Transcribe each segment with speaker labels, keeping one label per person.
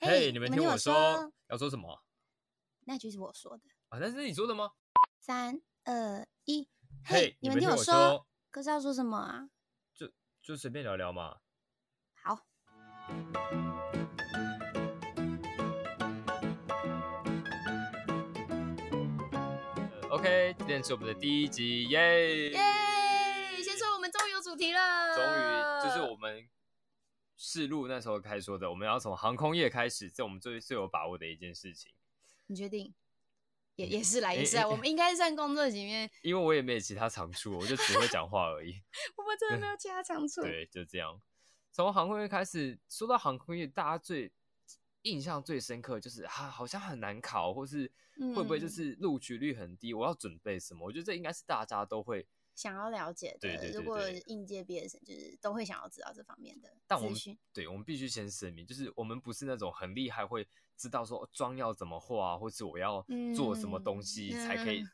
Speaker 1: 嘿、
Speaker 2: 嘿
Speaker 1: 你们
Speaker 2: 我
Speaker 1: 听我
Speaker 2: 说，
Speaker 1: 要说什么
Speaker 2: 那句是我说的。
Speaker 1: 啊？那是你说的吗？
Speaker 2: 三二一，
Speaker 1: 嘿
Speaker 2: 嘿，你们听
Speaker 1: 听
Speaker 2: 我说，
Speaker 1: 说，
Speaker 2: 可是要说什么啊？
Speaker 1: 就随便聊聊嘛。
Speaker 2: 好，
Speaker 1: 呃 OK，今天是我们的第一集，耶、
Speaker 2: 耶！先说我们终于有主题了，
Speaker 1: 终于就是我们试录那时候开说的，我们要从航空业开始，这我们最最有把握的一件事情。
Speaker 2: 你决定，也也是 啦，
Speaker 1: 诶
Speaker 2: 也是啦，
Speaker 1: 诶
Speaker 2: 我们应该是算工作里面，
Speaker 1: 因为我也没有其他长处，我就只会讲话而已。
Speaker 2: 我们真 的没有其他长处。
Speaker 1: 对，就这样。从航空业开始，说到航空业，大家最印象最深刻就是啊，好像很难考，或是会不会就
Speaker 2: 嗯
Speaker 1: 是录取率很低？我要准备什么？我觉得这应该是大家都会，
Speaker 2: 想要了解的，
Speaker 1: 对对对
Speaker 2: 如果
Speaker 1: 对
Speaker 2: 应届毕业生就是都会想要知道这方面的
Speaker 1: 但我
Speaker 2: 资
Speaker 1: 们
Speaker 2: 讯。
Speaker 1: 对我们必须先声明，就是我们不是那种很厉害，会知道说妆要怎么画，或是我要做什么东
Speaker 2: 嗯
Speaker 1: 西才可以
Speaker 2: 嗯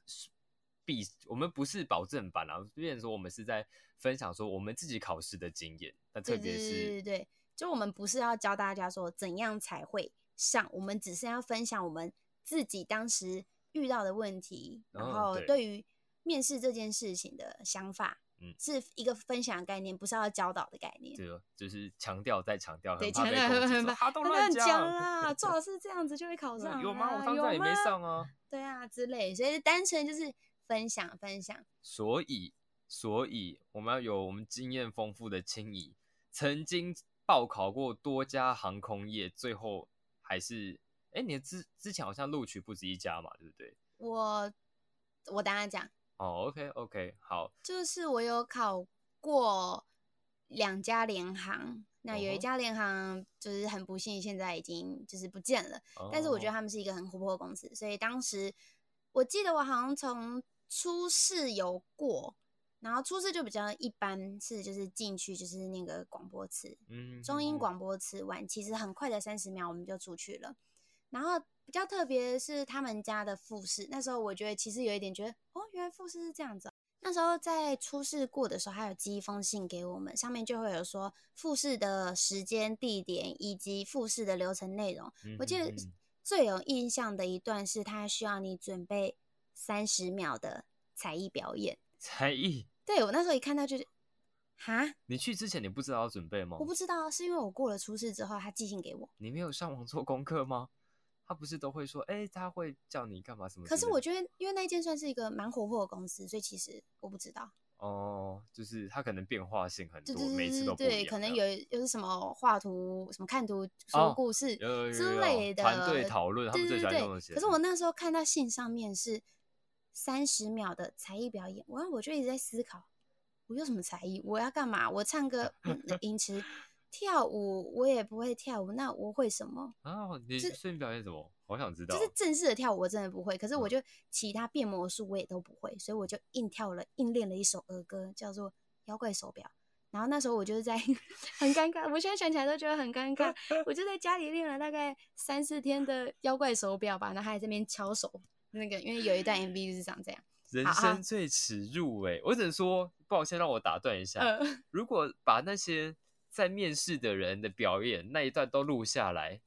Speaker 1: 必。我们不是保证版啊，虽然说我们是在分享说我们自己考试的经验，那特
Speaker 2: 对
Speaker 1: 别
Speaker 2: 对对
Speaker 1: 是
Speaker 2: 对对，就我们不是要教大家说怎样才会上，我们只是要分享我们自己当时遇到的问题，然
Speaker 1: 嗯
Speaker 2: 后
Speaker 1: 对
Speaker 2: 对于面试这件事情的想法，
Speaker 1: 嗯
Speaker 2: 是一个分享的概念，不是要教导的概念。
Speaker 1: 这个就是强调再强调，很
Speaker 2: 对
Speaker 1: 怕被
Speaker 2: 强调
Speaker 1: 攻击
Speaker 2: 很啊
Speaker 1: 说
Speaker 2: 怕
Speaker 1: 啊都
Speaker 2: 不乱 讲
Speaker 1: 讲。
Speaker 2: 啦，最好是这样子就会考上。
Speaker 1: 有吗？我
Speaker 2: 当
Speaker 1: 当然也没上。啊。
Speaker 2: 对啊，之类，所以单纯就是分享分享。
Speaker 1: 所以，所以我们要有我们经验丰富的青怡，曾经报考过多家航空业，最后还是，哎，你的之之前好像录取不止一家嘛，对不对？
Speaker 2: 我我等下讲，
Speaker 1: 哦，OK OK，好，
Speaker 2: 就是我有考过两家联航，那有
Speaker 1: 嗯
Speaker 2: 一
Speaker 1: 哼
Speaker 2: 家联航就是很不幸，现在已经就是不见了。但是我觉得
Speaker 1: 哦
Speaker 2: 他们是一个很活泼的公司，所以当时我记得我好像从初试有过，然后初试就比较一般，是就是进去就是那个广播词，
Speaker 1: 嗯
Speaker 2: 中英
Speaker 1: 嗯
Speaker 2: 广播词完，其实很快的三十秒我们就出去了。然后比较特别的是他们家的复试，那时候我觉得其实有一点觉得，哦，原来复试是这样子哦、那时候在初试过的时候，还有寄一封信给我们，上面就会有说复试的时间、地点以及复试的流程内容。
Speaker 1: 嗯
Speaker 2: 我记得
Speaker 1: 嗯嗯
Speaker 2: 最有印象的一段是，他需要你准备三十秒的才艺表演。
Speaker 1: 才艺，
Speaker 2: 对我那时候一看到就是，哈，
Speaker 1: 你去之前你不知道要准备吗
Speaker 2: 我？不知道，是因为我过了初试之后，他寄信给我。
Speaker 1: 你没有上网做功课吗？他不是都会说，哎，他会叫你干嘛什么之
Speaker 2: 可
Speaker 1: 类的？
Speaker 2: 是我觉得，因为那一间算是一个蛮活泼的公司，所以其实我不知道，
Speaker 1: 哦，就是他可能变化性很
Speaker 2: 对
Speaker 1: 多，
Speaker 2: 对
Speaker 1: 每
Speaker 2: 对
Speaker 1: 次
Speaker 2: 对
Speaker 1: 都不一样
Speaker 2: 对，可能
Speaker 1: 这样
Speaker 2: 有又是什么画图、什么看图
Speaker 1: 哦
Speaker 2: 说故事、
Speaker 1: 有有有
Speaker 2: 之
Speaker 1: 有
Speaker 2: 类的
Speaker 1: 团队讨论他
Speaker 2: 对
Speaker 1: 们最
Speaker 2: 对
Speaker 1: 喜欢
Speaker 2: 对对
Speaker 1: 用嗯的写
Speaker 2: 可是我那时候看到信上面是三十秒的才艺表演，我我就一直在思考，我有什么才艺？我要干嘛？我 唱歌、嗯、音痴，跳舞我也不会跳舞，那我会什么？
Speaker 1: 啊，你
Speaker 2: 这
Speaker 1: 顺便表演什么？好想知道
Speaker 2: 就是正式的跳舞我真的不会，可是我
Speaker 1: 嗯
Speaker 2: 就其他变魔术我也都不会，所以我就硬跳了，硬练了一首儿歌，叫做《妖怪手表》。然后那时候我就是在 很尴尬，我现在想起来都觉得很尴 尬。我就在家里练了大概三四天的《妖怪手表》吧，然后还在那边敲手，那个因为有 一段 MV 就是长这样。
Speaker 1: 人
Speaker 2: 好啊
Speaker 1: 生最耻辱哎、我只能说，抱歉，让我打断一下。
Speaker 2: 呃，
Speaker 1: 如果把那些在面试的人的表演那一段都录下来，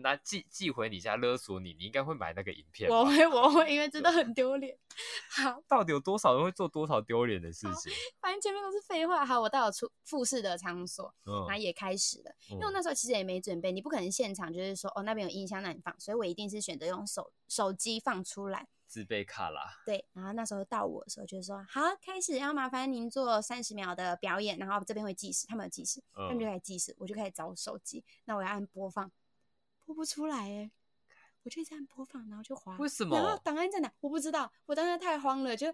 Speaker 1: 拿寄寄回你家勒索你，你应该会买那个影片吧。
Speaker 2: 我会我会，因为真的很丢脸。 好，
Speaker 1: 到底有多少人会做多少丢脸的事
Speaker 2: 好
Speaker 1: 情？
Speaker 2: 反正前面都是废话。好，我到了出复试的场所，
Speaker 1: 嗯
Speaker 2: 然后，也开始了。因为我
Speaker 1: 嗯
Speaker 2: 那时候其实也没准备，你不可能现场就是说哦那边有音箱那你放，所以我一定是选择用手手机放出来。
Speaker 1: 自备卡啦，
Speaker 2: 对，然后那时候到我的时候就是说好，开始要麻烦您做三十秒的表演，然后这边会计时，他们有计时，他们就
Speaker 1: 嗯，
Speaker 2: 开始计时，我就开始找我手机，那我要按播放，播不出来哎、我就一直按播放，然后就滑，
Speaker 1: 为什
Speaker 2: 然后
Speaker 1: 么？
Speaker 2: 档案在哪？我不知道，我当时太慌了，就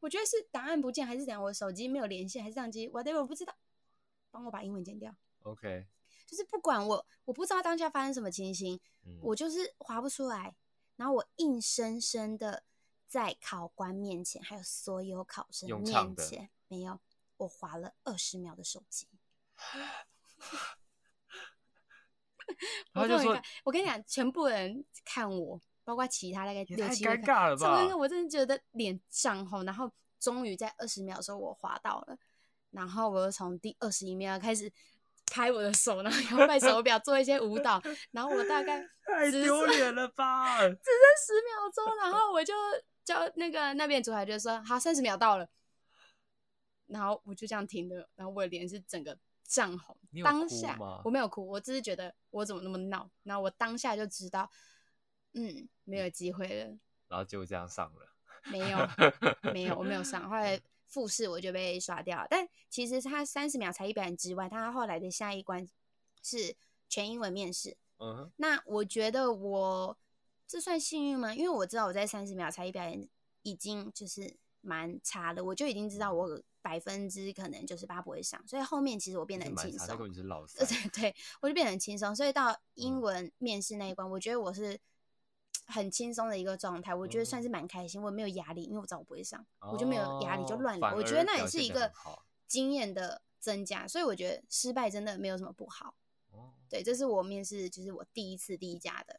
Speaker 2: 我觉得是档案不见，还是怎样？我手机没有连线，还是相机？whatever，我不知道。帮我把英文剪掉。
Speaker 1: OK，
Speaker 2: 就是不管我，我不知道当下发生什么情形，
Speaker 1: 嗯，
Speaker 2: 我就是划不出来，然后我硬生生的在考官面前，还有所有考生
Speaker 1: 用唱
Speaker 2: 面
Speaker 1: 的
Speaker 2: 前，没有，我划了二十秒的手机。
Speaker 1: 他
Speaker 2: 我
Speaker 1: 就
Speaker 2: 终于
Speaker 1: 说
Speaker 2: 看我跟你讲，全部人看我，包括其他大概
Speaker 1: 也
Speaker 2: 六
Speaker 1: 太
Speaker 2: 七位
Speaker 1: 尴
Speaker 2: 看，
Speaker 1: 尬了
Speaker 2: 超尴尬，
Speaker 1: 吧？
Speaker 2: 我真的觉得脸涨红，然后终于在二十秒的时候我滑到了，然后我又从第二十一秒开始。开我的手，然 后摇摆手表做一些舞蹈，然后我大概
Speaker 1: 太
Speaker 2: 只
Speaker 1: 丢
Speaker 2: 是
Speaker 1: 脸了吧！
Speaker 2: 只剩十秒钟，然后我就叫那个那边的主台就说好，三十秒到了，然后我就这样停了，然后我的脸是整个涨红
Speaker 1: 你。有
Speaker 2: 当
Speaker 1: 哭
Speaker 2: 下
Speaker 1: 吗
Speaker 2: 我没有哭，我只是觉得我怎么那么闹，然后我当下就知道，嗯，没有机会了，
Speaker 1: 然后就这样上了。
Speaker 2: 没有， 没有，我没有上，后来。复试我就被刷掉了，但其实他三十秒才一百人之外，他后来的下一关是全英文面试，
Speaker 1: 嗯哼，
Speaker 2: 那我觉得我这算幸运吗？因为我知道我在三十秒才艺表演已经就是蛮差的，我就已经知道
Speaker 1: 嗯
Speaker 2: 我百分之可能九十八不会上，所以后面其实我变
Speaker 1: 这
Speaker 2: 得很
Speaker 1: 蛮
Speaker 2: 轻
Speaker 1: 差，
Speaker 2: 松
Speaker 1: 那。根本就是老三。
Speaker 2: 对 对，我就变得很轻松，所以到英
Speaker 1: 嗯
Speaker 2: 文面试那一关，我觉得我是很轻松的一个状态，我觉得
Speaker 1: 嗯
Speaker 2: 算是蛮开心，我没有压力，因为我知道我不会上，我就没有压力，就
Speaker 1: 哦
Speaker 2: 乱来。
Speaker 1: 反
Speaker 2: 我觉得
Speaker 1: 而
Speaker 2: 那也
Speaker 1: 表
Speaker 2: 是
Speaker 1: 现
Speaker 2: 一
Speaker 1: 得
Speaker 2: 个
Speaker 1: 很好
Speaker 2: 经验的增加，所以我觉得失败真的没有什么不好。
Speaker 1: 哦
Speaker 2: 对，这是我面试，就是我第一次第一家的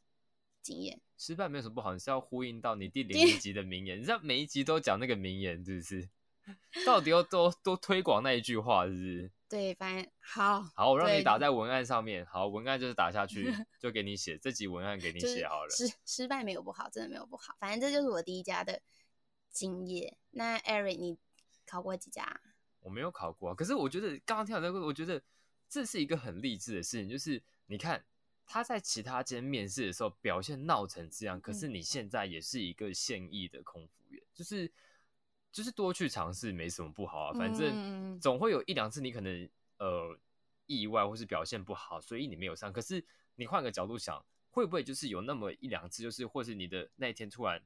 Speaker 2: 经验。
Speaker 1: 失败没有什么不好，你是要呼应到你 第零一集的名言，你知道每一集都讲那个名言，是不是？ 到底要多多推广那一句话，是不是？
Speaker 2: 对，反正好，
Speaker 1: 好，我让
Speaker 2: 对
Speaker 1: 你打在文案上面。好，文案就是打下 去，就给你写这集文案给你
Speaker 2: 就是
Speaker 1: 写好了。
Speaker 2: 失失败没有不好，真的没有不好，反正这就是我第一家的经验。那 Eric，你考过几家啊？
Speaker 1: 我没有考过啊，可是我觉得刚刚听到那个，我觉得这是一个很励志的事情，就是你看他在其他间面试的时候表现闹成这样，可
Speaker 2: 嗯
Speaker 1: 是你现在也是一个现役的空服员，就是就是多去尝试没什么不好啊，反
Speaker 2: 嗯嗯嗯
Speaker 1: 正总会有一两次你可能呃意外或是表现不好，所以你没有上，可是你换个角度想，会不会就是有那么一两次，就是或是你的那一天突然。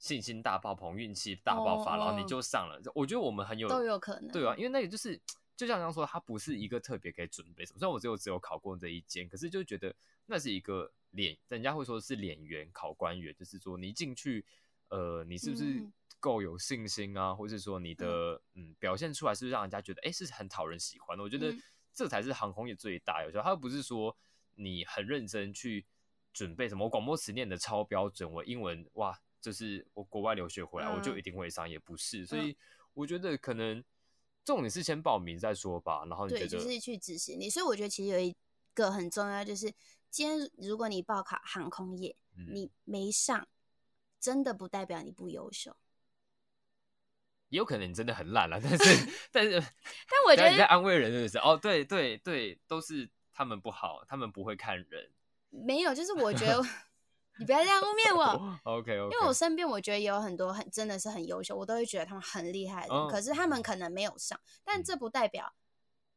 Speaker 1: 信心大爆棚，运气大爆发
Speaker 2: 哦
Speaker 1: 然后
Speaker 2: 哦
Speaker 1: 你就上了。我觉得我们很有
Speaker 2: 都有可能。
Speaker 1: 对啊，，因为那个就是就像刚刚说，它不是一个特别可以准备什么。虽然我只有只有考过这一间，可是就觉得那是一个脸，人家会说是脸员考官员，就是说你进去，呃，你是不是
Speaker 2: 嗯
Speaker 1: 够有信心啊，或是说你的嗯表现出来是不是让人家觉得哎、诶是很讨人喜欢的？我觉得
Speaker 2: 嗯
Speaker 1: 这才是航空业最大有效，它不是说你很认真去准备什么我广播词念的超标准，我英文哇。就是我国外留学回来，我就
Speaker 2: 嗯
Speaker 1: 一定会上，也不是，所
Speaker 2: 嗯
Speaker 1: 以我觉得可能重点是先报名再说吧。然后你觉
Speaker 2: 对，
Speaker 1: 得，
Speaker 2: 就是去执行力。所以我觉得其实有一个很重要，就是今天如果你报考航空业，
Speaker 1: 嗯
Speaker 2: 你没上，真的不代表你不优秀。
Speaker 1: 也有可能你真的很烂了，但 是但是，
Speaker 2: 但我觉
Speaker 1: 等一下你在
Speaker 2: 得
Speaker 1: 安慰人是不是？哦，对对对，都是他们不好，他们不会看人。
Speaker 2: 没有，就是我觉得 你不要这样污蔑我。
Speaker 1: OK OK，
Speaker 2: 因为我身边我觉得也有很多很真的是很优秀，我都会觉得他们很厉害的人，
Speaker 1: 哦
Speaker 2: 可是他们可能没有上，但
Speaker 1: 嗯
Speaker 2: 这不代表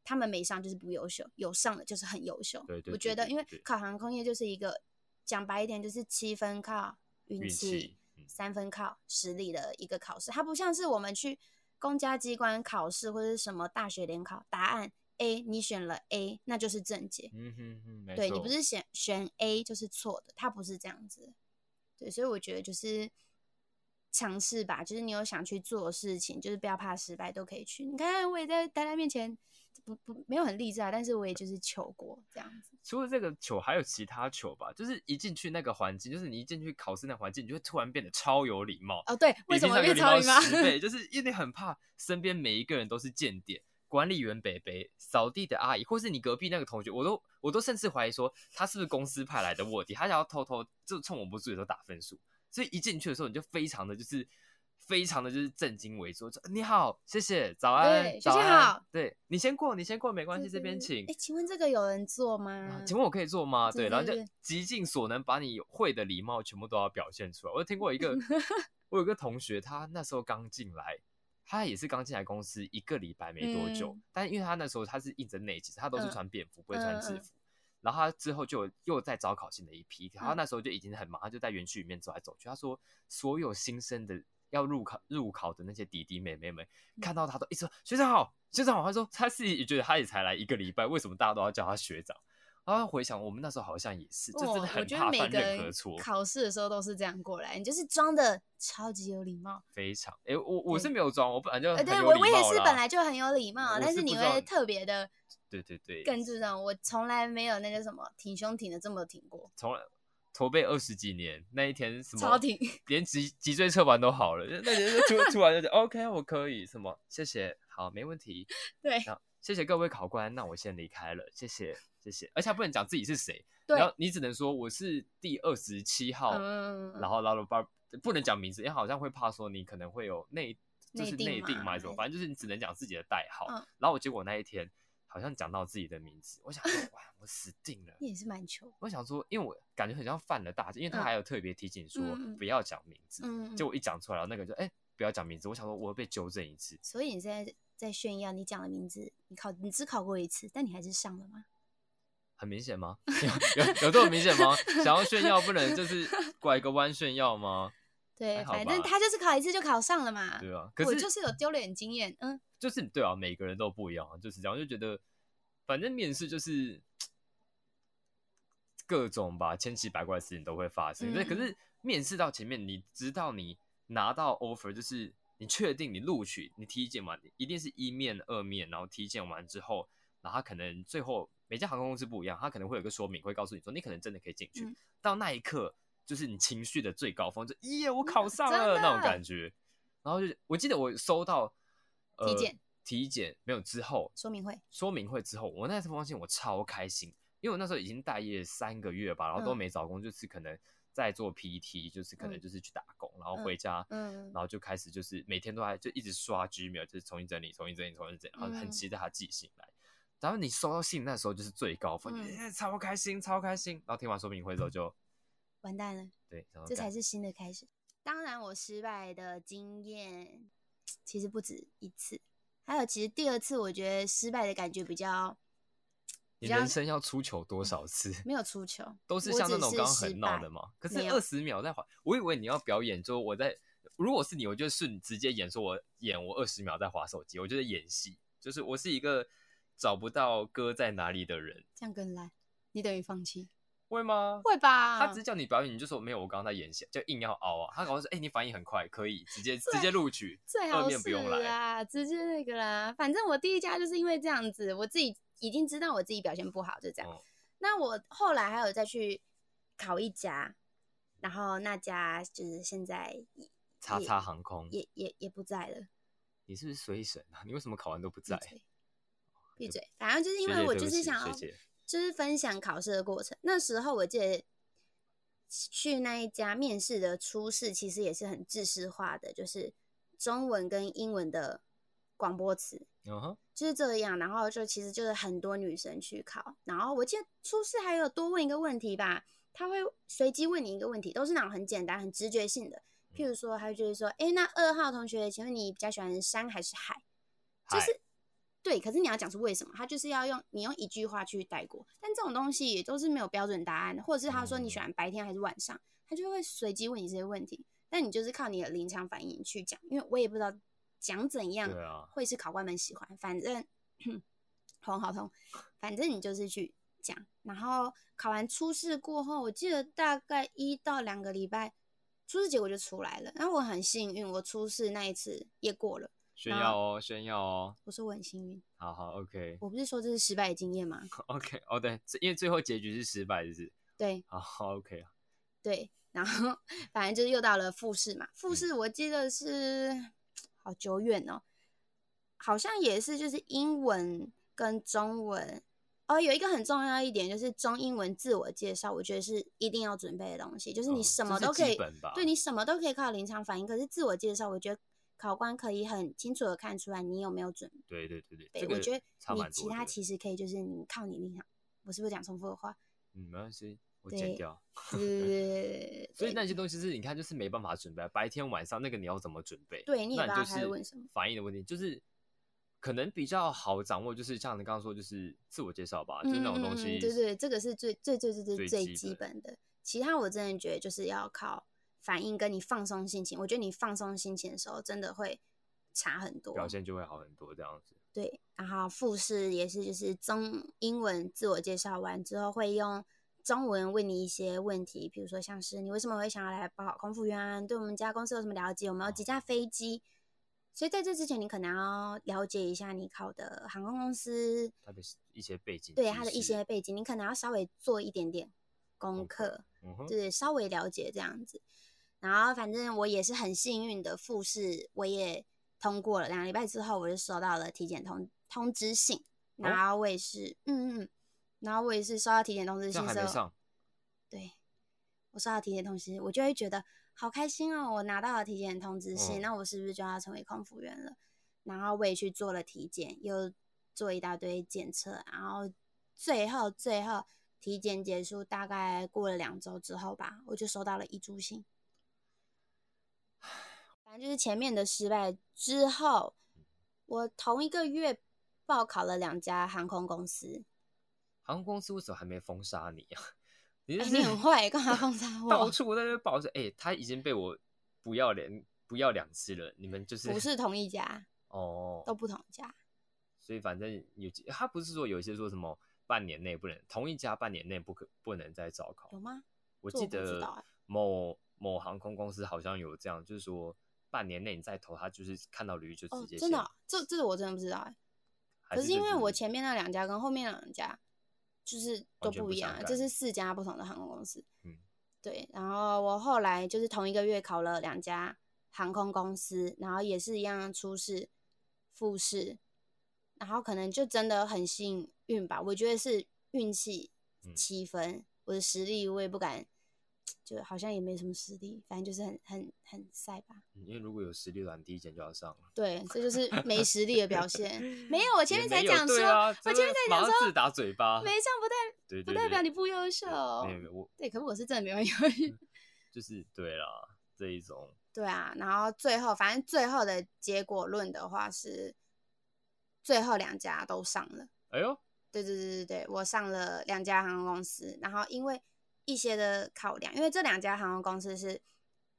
Speaker 2: 他们没上就是不优秀，有上的就是很优秀。
Speaker 1: 对对对
Speaker 2: 我觉得
Speaker 1: 对
Speaker 2: 因为
Speaker 1: 对对
Speaker 2: 考航空业就是一个讲白一点就是七分靠运
Speaker 1: 运
Speaker 2: 气
Speaker 1: 气，，嗯
Speaker 2: 三分靠实力的一个考试，它不像是我们去公家机关考试或者是什么大学联考，答案 A 你选了 A 那就是正解，
Speaker 1: 嗯哼哼，没
Speaker 2: 对你
Speaker 1: 错
Speaker 2: 不是选选 A 就是错的，它不是这样子的。对，所以我觉得就是尝试吧，就是你有想去做的事情，就是不要怕失败，都可以去。你看，我也在大家面前不不没有很励志啊，但是我也就是求过这样子。
Speaker 1: 除了这个球，还有其他球吧？就是一进去那个环境，就是你一进去考试那环境，你就会突然变得超有礼貌。
Speaker 2: 哦，对，
Speaker 1: 比
Speaker 2: 为什
Speaker 1: 平
Speaker 2: 么
Speaker 1: 常有
Speaker 2: 变
Speaker 1: 礼
Speaker 2: 超
Speaker 1: 貌
Speaker 2: 礼貌？
Speaker 1: 十 倍？就是因为你很怕身边每一个人都是间谍，管理员北北、扫地的阿姨，或是你隔壁那个同学，我都我都甚至怀疑说他是不是公司派来的卧底，他想要偷偷就趁我不注意的时候打分数。所以一进去的时候，你就非常的就是非常的就是震惊为坐，说你好，谢谢，早安，
Speaker 2: 对
Speaker 1: 早
Speaker 2: 谢谢
Speaker 1: 安
Speaker 2: 好
Speaker 1: 对你先过，你先过，没关系，
Speaker 2: 对
Speaker 1: 这边请
Speaker 2: 哎，。请问这个有人做
Speaker 1: 啊
Speaker 2: 吗？
Speaker 1: 请问我可以做吗？
Speaker 2: 嗯对
Speaker 1: 对，然后
Speaker 2: 对
Speaker 1: 就
Speaker 2: 对
Speaker 1: 极尽所能把你会的礼貌全部都要表现出来。我听过一 个，我有个同学，他那时候刚进来，他也是刚进来公司一个礼拜没多久，
Speaker 2: 嗯
Speaker 1: 但因为他那时候他是应征内勤，他都是
Speaker 2: 嗯
Speaker 1: 穿便服，不会穿
Speaker 2: 嗯
Speaker 1: 制
Speaker 2: 嗯
Speaker 1: 服。然后他之后就有又在招考新的一批，然后
Speaker 2: 嗯
Speaker 1: 那时候就已经很忙，他就在园区里面走来走去。他说，所有新生的要入考入考的那些弟弟妹妹们，
Speaker 2: 嗯
Speaker 1: 看到他都一直说学长好，学长好。他说他自己觉得他也才来一个礼拜，为什么大家都要叫他学长？然后回想我们那时候好像也是，就真的
Speaker 2: 哦我
Speaker 1: 很
Speaker 2: 觉得
Speaker 1: 怕
Speaker 2: 每
Speaker 1: 犯
Speaker 2: 个
Speaker 1: 任何
Speaker 2: 人
Speaker 1: 错，
Speaker 2: 考试的时候都是这样过来，你就是装的超级有礼貌。
Speaker 1: 非常。哎，我我是
Speaker 2: 对
Speaker 1: 没有装，我本来就
Speaker 2: 呃，
Speaker 1: 很
Speaker 2: 对
Speaker 1: 有
Speaker 2: 我
Speaker 1: 礼
Speaker 2: 我也
Speaker 1: 貌
Speaker 2: 是
Speaker 1: 啦嗯
Speaker 2: 本来就很有礼貌，
Speaker 1: 我
Speaker 2: 但
Speaker 1: 是
Speaker 2: 是
Speaker 1: 不
Speaker 2: 你
Speaker 1: 知道
Speaker 2: 会特别的
Speaker 1: 对对对，
Speaker 2: 更注重。我从来没有那个什么挺胸挺的这么挺过，
Speaker 1: 从来驼背二十几年，那一天什么
Speaker 2: 超挺。
Speaker 1: 连脊脊椎侧弯都好了，那人就突突然就讲 OK，我可以什么，谢谢，好，没问题。
Speaker 2: 对，
Speaker 1: 然后谢谢各位考官，那我先离开了，谢谢谢谢。而且还不能讲自己是谁，
Speaker 2: 对
Speaker 1: 然后你只能说我是第二十七号，
Speaker 2: 嗯
Speaker 1: 然后拉鲁巴不能讲名字，因为好像会怕说你可能会有内就是
Speaker 2: 内定
Speaker 1: 内定
Speaker 2: 嘛
Speaker 1: 嘛，还是什么，反正就是你只能讲自己的代号。
Speaker 2: 嗯
Speaker 1: 然后我结果那一天好像讲到自己的名字，我想 说哇，我死定了。
Speaker 2: 你也是蛮糗，
Speaker 1: 我想说，因为我感觉很像犯了大忌，因为他
Speaker 2: 嗯
Speaker 1: 还有特别提醒说
Speaker 2: 嗯嗯
Speaker 1: 不要讲名字，
Speaker 2: 嗯，
Speaker 1: 结
Speaker 2: 嗯
Speaker 1: 果一讲出来，然后那个人就哎、不要讲名字，我想说我会被纠正一次，
Speaker 2: 所以你现在在炫耀你讲的名字，你考你只考过一次，但你还是上了吗？
Speaker 1: 很明显 吗？有有有这么明显吗？想要炫耀不能就是拐个弯炫耀吗？
Speaker 2: 对，
Speaker 1: 还好
Speaker 2: 反正
Speaker 1: 吧
Speaker 2: 他就是考一次就考上了嘛。
Speaker 1: 对啊，可
Speaker 2: 我
Speaker 1: 是
Speaker 2: 就是有丢脸经验，嗯，
Speaker 1: 就是对啊，每个人都不一样啊，就是这样，就觉得反正面试就是各种吧，千奇百怪的事情都会发生。对，可
Speaker 2: 嗯
Speaker 1: 是面试到前面，你知道你拿到 offer，就是你确定你录取，你体检完一定是一面、二面，然后体检完之后，然后他可能最后每家航空公司不一样，他可能会有个说明，会告诉你说你可能真的可以进去。
Speaker 2: 嗯
Speaker 1: 到那一刻，就是你情绪的最高峰，就耶，我考上
Speaker 2: 嗯真
Speaker 1: 了那种
Speaker 2: 的
Speaker 1: 感觉。然后就我记得我收到呃
Speaker 2: 体检
Speaker 1: 体检没有之后
Speaker 2: 说明会，
Speaker 1: 说明会之后，我那封信我超开心，因为我那时候已经待业三个月吧，然后都
Speaker 2: 嗯
Speaker 1: 没找工，就是可能在做 PT，就是可能
Speaker 2: 嗯
Speaker 1: 就是去打工，然后
Speaker 2: 嗯
Speaker 1: 回家，
Speaker 2: 嗯
Speaker 1: 然后就开始就是每天都还就一直刷 Gmail，就是重新整理、重新整理、重新整理，然后很
Speaker 2: 嗯
Speaker 1: 期待他寄信来。然后你收到信那时候就是最高分，
Speaker 2: 嗯
Speaker 1: 耶超开心，超开心。然后听完说明会之后就
Speaker 2: 完蛋了，
Speaker 1: 对，然后
Speaker 2: 这
Speaker 1: 干
Speaker 2: 才是新的开始。当然，我失败的经验其实不止一次，还有其实第二次，我觉得失败的感觉比较
Speaker 1: 你人生要出糗多少次？
Speaker 2: 没有出糗，
Speaker 1: 都是
Speaker 2: 我
Speaker 1: 像那
Speaker 2: 只
Speaker 1: 种
Speaker 2: 是
Speaker 1: 刚刚
Speaker 2: 失
Speaker 1: 很闹
Speaker 2: 败
Speaker 1: 的嘛。可是
Speaker 2: 没有
Speaker 1: 二十秒在缓，我以为你要表演，就我在，如果是你，我就顺直接演，说我演我二十秒在划手机，我就是演戏，就是我是一个找不到歌在哪里的人，
Speaker 2: 这样更烂，你等于放弃，
Speaker 1: 会吗？
Speaker 2: 会啊吧？
Speaker 1: 他只是叫你表演，你就说没有，我刚刚在演戏，就硬要凹啊。他搞像说，哎、你反应很快，可以直接直接录取，
Speaker 2: 最
Speaker 1: 二
Speaker 2: 好
Speaker 1: 面不
Speaker 2: 是
Speaker 1: 用来。
Speaker 2: 啦，直接那个啦。反正我第一家就是因为这样子，我自己已经知道我自己表现不好，就这样。
Speaker 1: 哦
Speaker 2: 那我后来还有再去考一家，然后那家就是现在也
Speaker 1: 叉叉航空，
Speaker 2: 也也也不在了。
Speaker 1: 你是不是随神啊？你为什么考完都不
Speaker 2: 闭
Speaker 1: 在？
Speaker 2: 嘴，闭嘴。反正就是因
Speaker 1: 学
Speaker 2: 为
Speaker 1: 姐
Speaker 2: 我
Speaker 1: 对
Speaker 2: 就
Speaker 1: 不
Speaker 2: 是
Speaker 1: 起
Speaker 2: 想
Speaker 1: 学
Speaker 2: 要
Speaker 1: 姐
Speaker 2: 就是分享考试的过程。那时候我记得去那一家面试的初试，其实也是很制式化的，就是中文跟英文的广播词
Speaker 1: 嗯哼，
Speaker 2: 就是这样。然后就其实就是很多女生去考，然后我记得初试还有多问一个问题吧，他会随机问你一个问题，都是那种很简单、很直觉性的。
Speaker 1: 嗯
Speaker 2: 譬如说，他就会说：“哎、那二号同学，请问你比较喜欢山还是海？”就
Speaker 1: 嗨
Speaker 2: 是对，可是你要讲是为什么，他就是要用你用一句话去带过，但这种东西也都是没有标准答案的，或者是他说你喜
Speaker 1: 嗯
Speaker 2: 欢白天还是晚上，他就会随机问你这些问题，但你就是靠你的临场反应去讲，因为我也不知道讲怎样
Speaker 1: 对啊
Speaker 2: 会是考官们喜欢，反正 喉咙好痛，反正你就是去讲，然后考完初试过后，我记得大概一到两个礼拜，初试结果就出来了，然后我很幸运，我初试那一次也过了，
Speaker 1: 炫耀哦，炫耀哦，
Speaker 2: 我说我很幸运。
Speaker 1: 好好，OK。
Speaker 2: 我不是说这是失败的经验吗？
Speaker 1: OK，哦对，这因为最后结局是失败，就是
Speaker 2: 对
Speaker 1: 好好 OK 啊，
Speaker 2: 对，然后 反正就是又到了复试嘛，复
Speaker 1: 嗯
Speaker 2: 试我记得是好久远哦，好像也是就是英文跟中文哦，有一个很重要一点就是中英文自我介绍，我觉得是一定要准备的东西，就是你
Speaker 1: 嗯
Speaker 2: 什
Speaker 1: 这
Speaker 2: 么
Speaker 1: 是
Speaker 2: 都可
Speaker 1: 基
Speaker 2: 以，
Speaker 1: 本吧
Speaker 2: 对你什么都可以靠临场反应，可是自我介绍，我觉得考官可以很清楚的看出来你有没有准
Speaker 1: 对对对对，
Speaker 2: 备。
Speaker 1: 这个
Speaker 2: 我觉得
Speaker 1: 差
Speaker 2: 你
Speaker 1: 蛮
Speaker 2: 其
Speaker 1: 多
Speaker 2: 他
Speaker 1: 的
Speaker 2: 其实可以就是你靠你临场，我是不是讲重复的话？
Speaker 1: 嗯没关系，我剪
Speaker 2: 对
Speaker 1: 掉。
Speaker 2: 对，
Speaker 1: 所以
Speaker 2: 对
Speaker 1: 那些东西是你看就是没办法准备，白天晚上那个你要怎么准备？
Speaker 2: 对你也
Speaker 1: 那
Speaker 2: 不
Speaker 1: 你
Speaker 2: 知
Speaker 1: 就
Speaker 2: 道他在问什
Speaker 1: 是
Speaker 2: 么
Speaker 1: 反应的问题，就是可能比较好掌握，就是像你刚刚说，就是自我介绍吧，就是那种东
Speaker 2: 嗯嗯
Speaker 1: 西，
Speaker 2: 嗯对对，这个是最最最最最
Speaker 1: 最
Speaker 2: 最
Speaker 1: 基
Speaker 2: 基
Speaker 1: 本
Speaker 2: 本的。其他我真的觉得就是要靠反应跟你放松心情。我觉得你放松心情的时候，真的会差很多。
Speaker 1: 表现就会好很多这样子。
Speaker 2: 对，然后复试也是就是中英文自我介绍完之后，会用中文问你一些问题，比如说像是你为什么会想要来报空服员啊？你对我们家公司有什么了解？我们有几架飞机？所以在这之前，你可能要了解一下你考的航空公司，
Speaker 1: 它的一些背景，
Speaker 2: 对它的一些，背景，你可能要稍微做一点点功课，
Speaker 1: 嗯哼，
Speaker 2: 对，稍微了解这样子。然后反正我也是很幸运的，
Speaker 1: 哦
Speaker 2: 复试我也通过了。两个礼拜之后，我就收到了体检通通知信，然后我也是，嗯嗯嗯，然后我也是收到体检通知
Speaker 1: 这
Speaker 2: 信
Speaker 1: 样还
Speaker 2: 之
Speaker 1: 没
Speaker 2: 后，
Speaker 1: 上，
Speaker 2: 对我收到体检通知信，我就会觉得好开心哦，我拿到了体检通知信，
Speaker 1: 嗯
Speaker 2: 那我是不是就要成为空服员了？然后我也去做了体检，又做一大堆检测，然后最后最后体检结束，大概过了两周之后吧，我就收到了遗嘱信。反正就是前面的失败之后，我同一个月报考了两家航空公司。
Speaker 1: 航空公司为什么还没封杀你啊？ 你
Speaker 2: 哎、
Speaker 1: 是
Speaker 2: 你很坏，干嘛放 杀
Speaker 1: 到
Speaker 2: 我？
Speaker 1: 处在那边报说，哎、他已经被我不要脸不要两次了，你们就是
Speaker 2: 不是同一家，
Speaker 1: 哦，
Speaker 2: 都不同家。
Speaker 1: 所以反正有几他不是说有一些说什么半年内不能同一家半年内不可不能再招考
Speaker 2: 有吗？
Speaker 1: 我
Speaker 2: 这
Speaker 1: 记
Speaker 2: 我不知道
Speaker 1: 得
Speaker 2: 哎
Speaker 1: 某某航空公司好像有这样，就是说半年内你再投，他就是看到履历就
Speaker 2: 哦
Speaker 1: 直接，
Speaker 2: 真的
Speaker 1: 先
Speaker 2: 哦、这这我真的不知道哎、
Speaker 1: 还
Speaker 2: 可
Speaker 1: 是
Speaker 2: 是因
Speaker 1: 就
Speaker 2: 为我前面那两家跟后面那两家就是都
Speaker 1: 完全
Speaker 2: 不
Speaker 1: 不
Speaker 2: 一样
Speaker 1: 相
Speaker 2: 啊，这
Speaker 1: 干
Speaker 2: 是四家不同的航空公司。
Speaker 1: 嗯，
Speaker 2: 对。然后我后来就是同一个月考了两家航空公司，然后也是一样初试、复试，然后可能就真的很幸运吧。我觉得是运气
Speaker 1: 嗯
Speaker 2: 七分，我的实力我也不敢，就好像也没什么实力，反正就是很很很晒吧。
Speaker 1: 嗯因为如果有实力软，第一件就要上了。
Speaker 2: 对，这就是没实力的表 现。没有，我前
Speaker 1: 也
Speaker 2: 面才
Speaker 1: 没有
Speaker 2: 讲
Speaker 1: 对
Speaker 2: 说，
Speaker 1: 啊
Speaker 2: 我
Speaker 1: 真
Speaker 2: 前面
Speaker 1: 的
Speaker 2: 才
Speaker 1: 马
Speaker 2: 讲
Speaker 1: 上
Speaker 2: 说
Speaker 1: 自打嘴巴
Speaker 2: 没上不代
Speaker 1: 对对
Speaker 2: 不
Speaker 1: 对
Speaker 2: 代表
Speaker 1: 对
Speaker 2: 你不优秀。
Speaker 1: 没有没有，嗯我
Speaker 2: 对，可是我是真的没有优秀。
Speaker 1: 就是对啦，这一种
Speaker 2: 对啊，然后最后反正最后的结果论的话是，最后两家都上了。
Speaker 1: 哎呦，
Speaker 2: 对对对对对，我上了两家航空公司，然后因为一些的考量，因为这两家航空公司是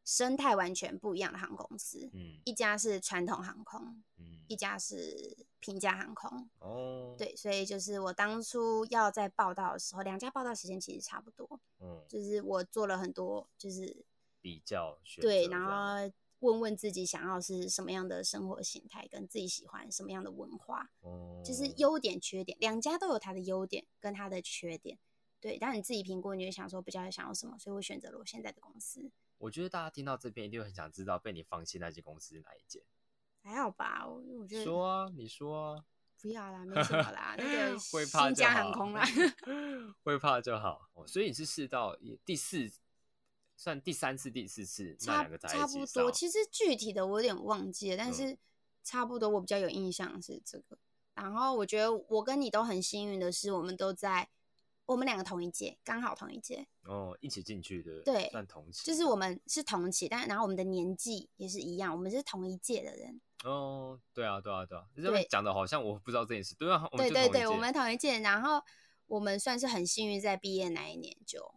Speaker 2: 生态完全不一样的航空公司，
Speaker 1: 嗯
Speaker 2: 一家是传统航空，
Speaker 1: 嗯
Speaker 2: 一家是平价航空。
Speaker 1: 哦，，
Speaker 2: 对，所以就是我当初要在报道的时候，两家报道时间其实差不多，
Speaker 1: 嗯，
Speaker 2: 就是我做了很多，就是
Speaker 1: 比较选
Speaker 2: 对，
Speaker 1: 择
Speaker 2: 然
Speaker 1: 这样
Speaker 2: 后问问自己想要是什么样的生活形态，跟自己喜欢什么样的文化，
Speaker 1: 哦，
Speaker 2: 就是优点缺点，两家都有它的优点跟它的缺点。对，但你自己评估，你就想说比较想要什么，所以我选择了我现在的公司。
Speaker 1: 我觉得大家听到这边一定会很想知道被你放弃那间公司是哪一间。
Speaker 2: 还好吧，我我觉得
Speaker 1: 说啊，你说啊，
Speaker 2: 不要啦，没什么 啦，那个
Speaker 1: 会怕就
Speaker 2: 新疆
Speaker 1: 好，
Speaker 2: 航 空啦。 啊
Speaker 1: 会怕就好。哦所以你是试到一第四，算第三次、第四次那
Speaker 2: 差
Speaker 1: 两个在
Speaker 2: 差
Speaker 1: 一起
Speaker 2: 不
Speaker 1: 上
Speaker 2: 多，，其实具体的我有点忘记了，但
Speaker 1: 嗯
Speaker 2: 是差不多我比较有印象是这个。然后我觉得我跟你都很幸运的是，我们都在我们两个同一届，刚好同一届，
Speaker 1: 哦，一起进去的，
Speaker 2: 对
Speaker 1: 算同期，
Speaker 2: 就是我们是同期，但然后我们的年纪也是一样，我们是同一届的人。
Speaker 1: 哦，对啊，对啊，对啊，这
Speaker 2: 对
Speaker 1: 边讲的好像我不知道这件事，对啊，我们
Speaker 2: 对
Speaker 1: 就
Speaker 2: 对
Speaker 1: 同一
Speaker 2: 对，我
Speaker 1: 届
Speaker 2: 们同一届，然后我们算是很幸运，在毕业那一年就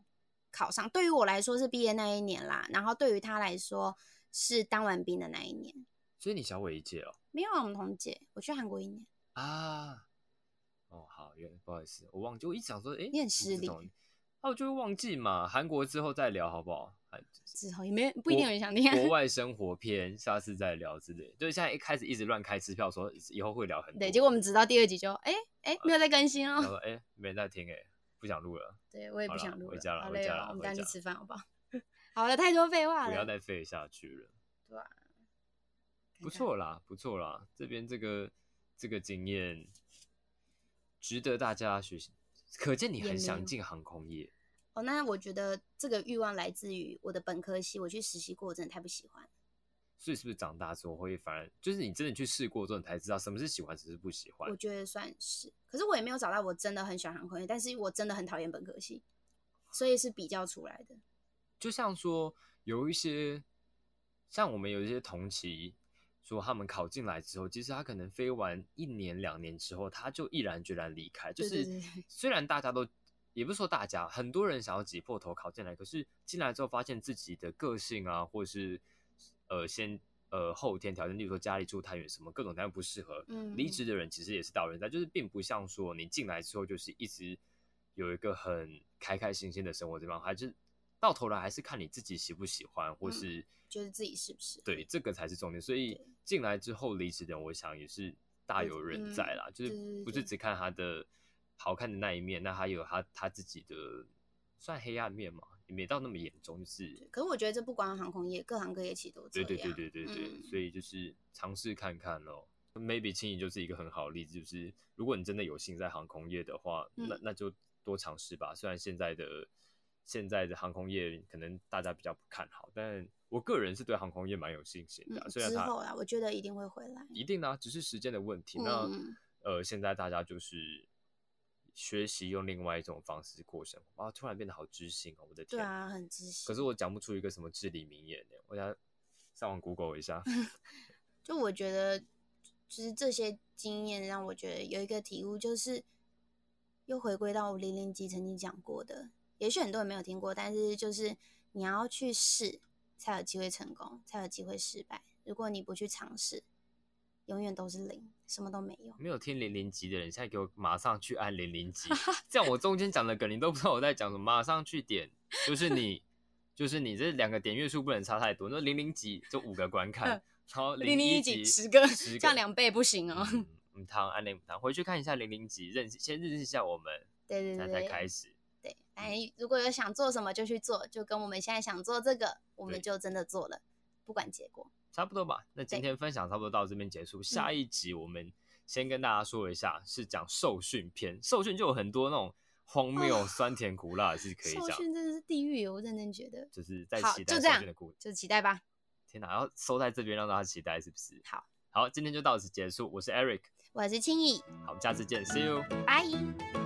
Speaker 2: 考上。对于我来说是毕业那一年啦，然后对于他来说是当完兵的那一年。
Speaker 1: 所以你小我一届哦，
Speaker 2: 没有啊，我们同届，我去韩国一年。
Speaker 1: 啊，哦，好，原不好意思，我忘记，我一直想说，哎，
Speaker 2: 你很
Speaker 1: 你
Speaker 2: 失
Speaker 1: 这
Speaker 2: 礼
Speaker 1: 种，啊，我就会忘记嘛，韩国之后再聊好不好？韩
Speaker 2: 之后也没不一定有人想听。
Speaker 1: 国外生活篇，下次再聊之类。就是现在一开始一直乱开支票，说以后会聊很多。
Speaker 2: 对，结果我们直到第二集就哎哎、没有再更新
Speaker 1: 他
Speaker 2: 哦。
Speaker 1: 说：“哎、没人在听、哎，不想录了，
Speaker 2: 对我也
Speaker 1: 好
Speaker 2: 不
Speaker 1: 啦
Speaker 2: 想录
Speaker 1: 回家啦
Speaker 2: 好
Speaker 1: 回
Speaker 2: 累
Speaker 1: 家
Speaker 2: 哦
Speaker 1: 啦，
Speaker 2: 我们
Speaker 1: 回
Speaker 2: 等下去
Speaker 1: 家
Speaker 2: 吃饭好不 好？好了，太多废话
Speaker 1: 不要
Speaker 2: 了。
Speaker 1: 再废下去了。”
Speaker 2: 对啊
Speaker 1: 不错啦，不错啦，这边这个这个经验值得大家学习。可见你
Speaker 2: 也
Speaker 1: 很
Speaker 2: 没有
Speaker 1: 想进航空业，
Speaker 2: 哦，那我觉得这个欲望来自于我的本科系，我去实习过，我真的太不喜欢。
Speaker 1: 所以是不是长大之后会反而就是你真的去试过之后，你才知道什么是喜欢，什么是不喜欢
Speaker 2: 我？觉得算是，可是我也没有找到我真的很喜欢航空业，但是我真的很讨厌本科系，所以是比较出来的。
Speaker 1: 就像说有一些，像我们有一些同期说他们考进来之后，其实他可能飞完一年两年之后，他就毅然决然离开。就
Speaker 2: 对
Speaker 1: 是
Speaker 2: 对对 对
Speaker 1: 虽然大家都也不是说大家，很多人想要挤破头考进来，可是进来之后发现自己的个性啊，或是呃先呃后天条件，例如说家里住太远什么各种条件不适合，
Speaker 2: 嗯
Speaker 1: 离
Speaker 2: 嗯
Speaker 1: 职的人其实也是到人在，就是并不像说你进来之后就是一直有一个很开开心心的生活这方，还是到头来还是看你自己喜不喜欢，或
Speaker 2: 嗯
Speaker 1: 是、
Speaker 2: 觉得自己是不是？
Speaker 1: 对这个才是重点。所以
Speaker 2: 对
Speaker 1: 进来之后离职的人，我想也是大
Speaker 2: 对
Speaker 1: 有人
Speaker 2: 嗯
Speaker 1: 在啦，就
Speaker 2: 对对
Speaker 1: 是不是
Speaker 2: 对
Speaker 1: 只看他的好看的那一面，那他有他他自己的算黑暗面嘛，也没到那么严重，就是
Speaker 2: 对。可是我觉得这不光航空业，各行各业其实都这
Speaker 1: 对
Speaker 2: 样。
Speaker 1: 对对对对对，
Speaker 2: 嗯
Speaker 1: 所以就是尝试看看咯。 maybe 轻盈就是一个很好的例子，就是如果你真的有心在航空业的话，那
Speaker 2: 嗯
Speaker 1: 那就多尝试吧。虽然现在的现在的航空业可能大家比较不看好，但我个人是对航空业蛮有信心的啊、
Speaker 2: 嗯，
Speaker 1: 虽然
Speaker 2: 之后
Speaker 1: 它
Speaker 2: 啦，我觉得一定会回来。
Speaker 1: 一定呢、只是时间的问题。那
Speaker 2: 嗯，
Speaker 1: 呃，现在大家就是学习用另外一种方式过生活，啊，突然变得好知性哦，我的天！
Speaker 2: 对啊，很知识。
Speaker 1: 可是我讲不出一个什么至理名言呢，我想上网 Google 一 下。
Speaker 2: 就我觉得，就是这些经验让我觉得有一个体悟，就是又回归到我零零级曾经讲过的，也许很多人没有听过，但是就是你要去试，才有机会成功，才有机会失败。如果你不去尝试，永远都是零，什么都没有。
Speaker 1: 没有听零零级的人，现在给我马上去按零零 级，这样我中间讲的梗你都不知道我在讲什么，马上去点，就是你，就是你这两个点阅数不能差太多，那零零级就五个观看，
Speaker 2: 嗯
Speaker 1: 然后
Speaker 2: 001
Speaker 1: 一
Speaker 2: 集
Speaker 1: 级
Speaker 2: 10个
Speaker 1: 十个，
Speaker 2: 这样两倍不行哦
Speaker 1: 嗯。嗯，汤按那五汤，回去看一下零零级，认识先认识一下我们，
Speaker 2: 对对
Speaker 1: 才
Speaker 2: 对，
Speaker 1: 才开始。
Speaker 2: 对，哎，如果有想做什么就去做，就跟我们现在想做这个，我
Speaker 1: 对
Speaker 2: 们就真的做了，不管结果。
Speaker 1: 差不多吧。那今
Speaker 2: 对嗯
Speaker 1: 天分享差不多到这边结束，下一集我们先跟大家说一下，是讲受训篇。受训就有很多那种荒谬、
Speaker 2: 哦
Speaker 1: 酸甜苦辣的事可以
Speaker 2: 受
Speaker 1: 讲，
Speaker 2: 训真的是地狱，我认真觉得。
Speaker 1: 就是在
Speaker 2: 好
Speaker 1: 期待
Speaker 2: 就
Speaker 1: 受
Speaker 2: 这样
Speaker 1: 训的故事。
Speaker 2: 就期待吧。
Speaker 1: 天哪，要收在这边让大家期待是不是？
Speaker 2: 好，
Speaker 1: 好，今天就到此结束。我是 Eric，
Speaker 2: 我是青易，
Speaker 1: 好，我们下次见，See you。
Speaker 2: 拜。